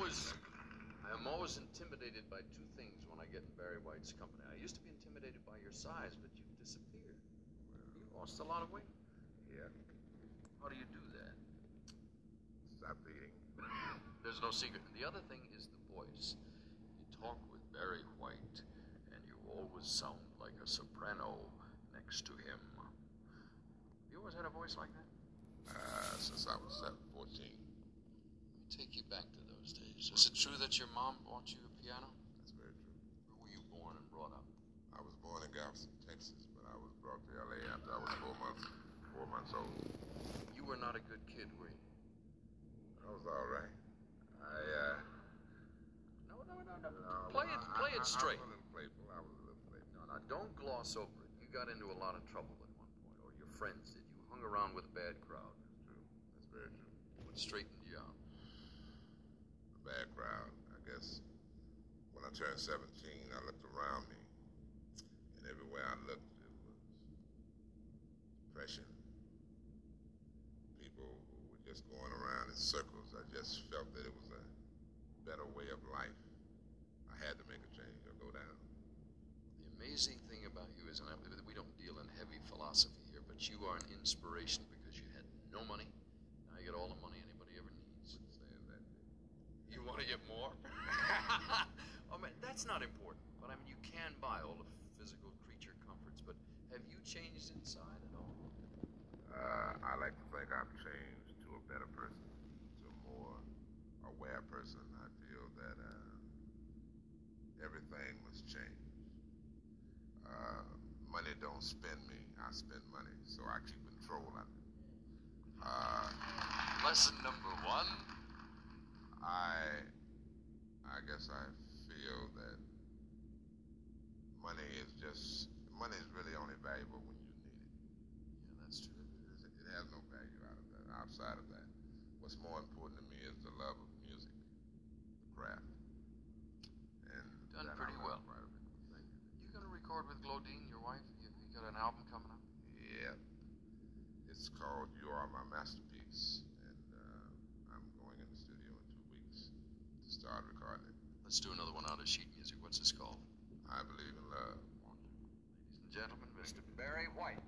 was, I am always intimidated by two things when I get in Barry White's company. I used to be intimidated by your size, but you've disappeared. You lost a lot of weight. Yeah. How do you do that? Stop eating. There's no secret. And the other thing is the voice. You talk with Barry White, and you always sound like a soprano next to him. You always had a voice like that? Uh, since I was uh, 14. Let me take you back to those days. Is it true that your mom bought you a piano? That's very true. Where were you born and brought up? I was born in Galveston, Texas, but I was brought to L.A. after I was four months, four months old. You were not a good kid, were you? I was all right. I, No, no, no, uh... no, Play it, I- play I- it straight. I, I was a little playful. I was a little playful. No, no, don't gloss over it. You got into a lot of trouble at one point, or your friends did. You hung around with a bad crowd. That's true. That's very true. What straightened you out? the bad crowd. I guess when I turned 17, I looked around me, and everywhere I looked, it was depression. People were just going around in circles. I just felt that it was a better way of life. I had to make a change or go down. The amazing thing about you is, and I, we don't deal in heavy philosophy here, but you are an inspiration because you had no money. Now you get all the money anybody ever needs. Saying that, You want to get more? I mean, that's not important. But I mean, you can buy all the physical creature comforts. But have you changed inside at all? uh, I like to think I've changed to a better person, to a more aware person. I feel that uh, everything must change. Uh, money don't spend me. I spend money, so I keep control of it. Uh, Lesson number one. I, I guess I feel that money is just money is really only valuable when you need it. Yeah, that's true. It it has no value out of that, outside of that. What's more important to me is the love of music, the craft. And Done that I pretty love well. Right of it. Thank you. You gonna record with Glodine, your wife? You, you got an album coming up? Yeah. It's called You Are My Masterpiece, and uh, I'm going in the studio in two weeks to start recording it. Let's do another one out of sheet music. What's this called? I believe in love. Ladies and gentlemen, Mr. Barry White.